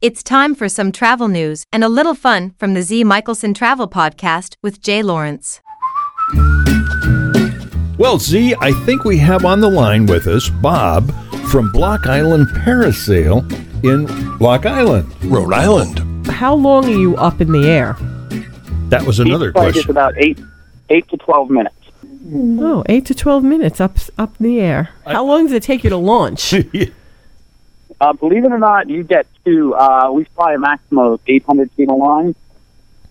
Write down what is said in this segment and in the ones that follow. It's time for some travel news and a little fun from the Z. Michelson Travel Podcast with Jay Lawrence. Well, Z, I think we have on the line with us Bob from Block Island Parasail in Block Island. Rhode Island. How long are you up in the air? That was another Each flight is question. about eight, eight to twelve minutes. Oh, eight to twelve minutes up up in the air. How long does it take you to launch? Uh, believe it or not, you get to uh, we fly a maximum of eight hundred feet of line,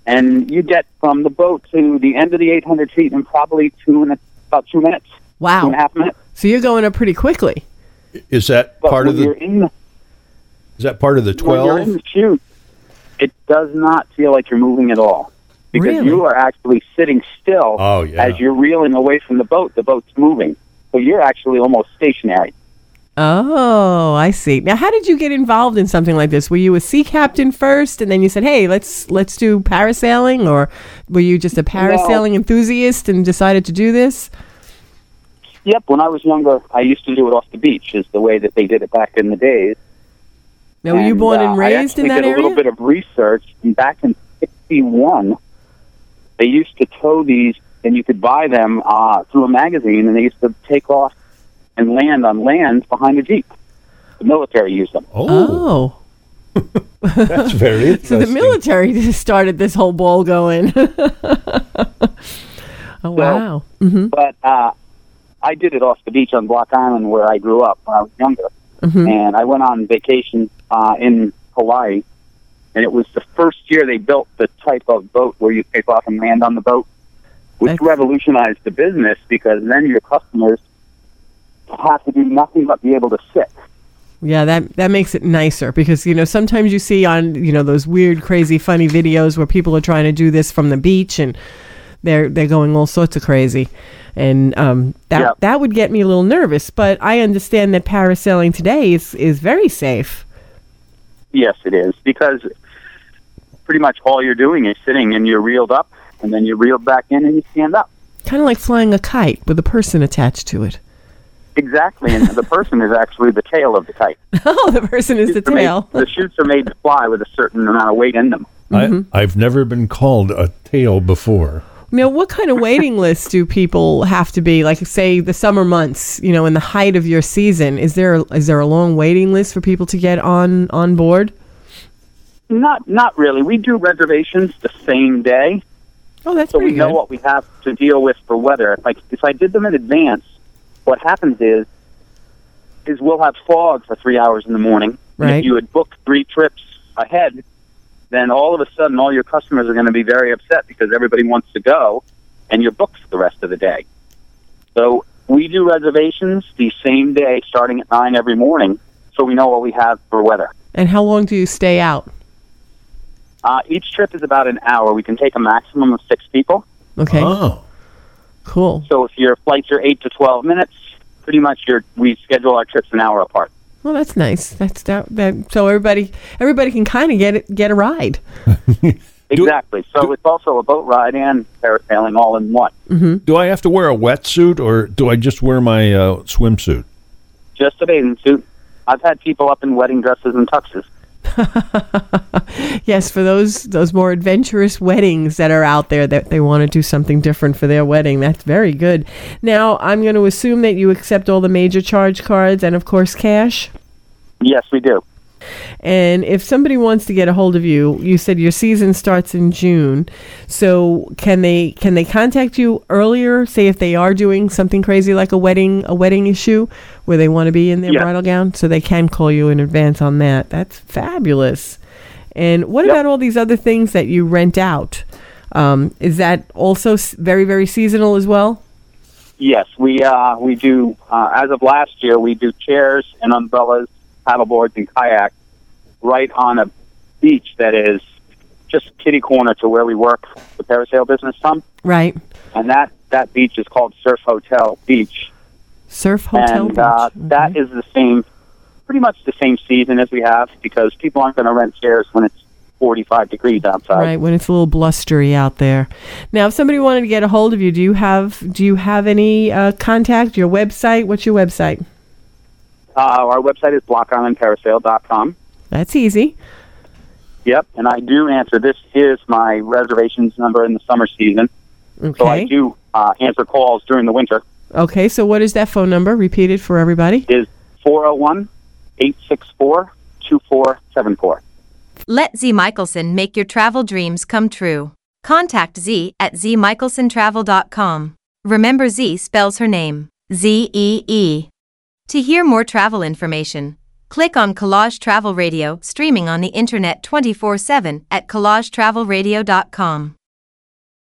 and you get from the boat to the end of the eight hundred feet in probably two and a, about two minutes, two and a Wow! half minutes. So you're going up pretty quickly. Is that But part when of the you're in the is that part of the when you're in 12? the chute, it does not feel like you're moving at all because Really? you are actually sitting still Oh, yeah. as you're reeling away from the boat. The boat's moving, so you're actually almost stationary. Oh, I see. Now, how did you get involved in something like this? Were you a sea captain first, and then you said, "Hey, let's let's do parasailing," or were you just a parasailing enthusiast and decided to do this? Yep, when I was younger, I used to do it off the beach, is the way that they did it back in the days. Now, were you And, born uh, and raised in I that actually did a little area? bit of research, and back in '61, they used to tow these, and you could buy them uh, through a magazine, and they used to take off and land on land behind a jeep. The military used them. Oh, oh, that's very so interesting. the military just started this whole ball going. oh wow! But uh, I did it off the beach on Block Island, where I grew up when I was younger, and I went on vacation uh, in Hawaii. And it was the first year they built the type of boat where you take off and land on the boat, which That's- revolutionized the business because then your customers have to do nothing but be able to sit. Yeah, that that makes it nicer because you know sometimes you see on you know those weird, crazy, funny videos where people are trying to do this from the beach and they're they're going all sorts of crazy, and um, that Yeah. that would get me a little nervous. But I understand that parasailing today is is very safe. Yes, it is because pretty much all you're doing is sitting, and you're reeled up, and then you're reeled back in, and you stand up. Kind of like flying a kite with a person attached to it. Exactly, and the person is actually the tail of the kite. Oh, the person is the They're made- tail. the shoots are made to fly with a certain amount of weight in them. Mm-hmm. I, I've never been called a tail before. Now, what kind of waiting list do people have to be? Like, say, the summer months, you know, in the height of your season, is there is there a long waiting list for people to get on on board? Not, not really. We do reservations the same day, Oh, that's so pretty we know good. what we have to deal with for weather. If I, if I did them in advance, what happens is, is we'll have fog for three hours in the morning. And Right. If you had booked three trips ahead, then all of a sudden all your customers are going to be very upset because everybody wants to go, and you're booked for the rest of the day. So we do reservations the same day, starting at nine every morning, so we know what we have for weather. And how long do you stay out? Uh, each trip is about an hour. We can take a maximum of six people. Okay, Oh, cool. So if your flights are eight to twelve minutes, pretty much your we schedule our trips an hour apart. Well, that's nice. That's that. that so everybody everybody can kind of get it, get a ride. Exactly. So it's also a boat ride and parasailing all in one. do I have to wear a wetsuit or do I just wear my uh, swimsuit? Just a bathing suit. I've had people up in wedding dresses and tuxes. Yes, for those those more adventurous weddings that are out there that they want to do something different for their wedding. That's very good. Now, I'm going to assume that you accept all the major charge cards and of course cash. Yes, we do. And if somebody wants to get a hold of you, you said your season starts in June. So can they can they contact you earlier? Say if they are doing something crazy like a wedding a wedding issue where they want to be in their Yeah. bridal gown, so they can call you in advance on that. That's fabulous. And what about all these other things that you rent out? Um, is that also s- very very seasonal as well? Yes, we uh, we do. Uh, as of last year, we do chairs and umbrellas, paddle boards, and kayaks right on a beach that is just kitty corner to where we work the parasail business from. Right. and that that beach is called Surf Hotel Beach, Surf hotel. and uh, beach. Mm-hmm. that is the same, pretty much the same season as we have because people aren't going to rent chairs when it's 45 degrees outside. Right, when it's a little blustery out there. Now, if somebody wanted to get a hold of you, do you have do you have any uh, contact? Your website? What's your website? Uh, our website is blockislandparasail.com. That's easy. Yep, and I do answer. This is my reservations number in the summer season, so I Okay. do uh, answer calls during the winter. Okay, so what is that phone number? Repeat it for everybody. Is 401 864 2474. Let Z Michelson make your travel dreams come true. Contact Z at zmichelsontravel.com. Remember Z spells her name Z E E. To hear more travel information, click on Collage Travel Radio, streaming on the internet 24/7 at collagetravelradio.com.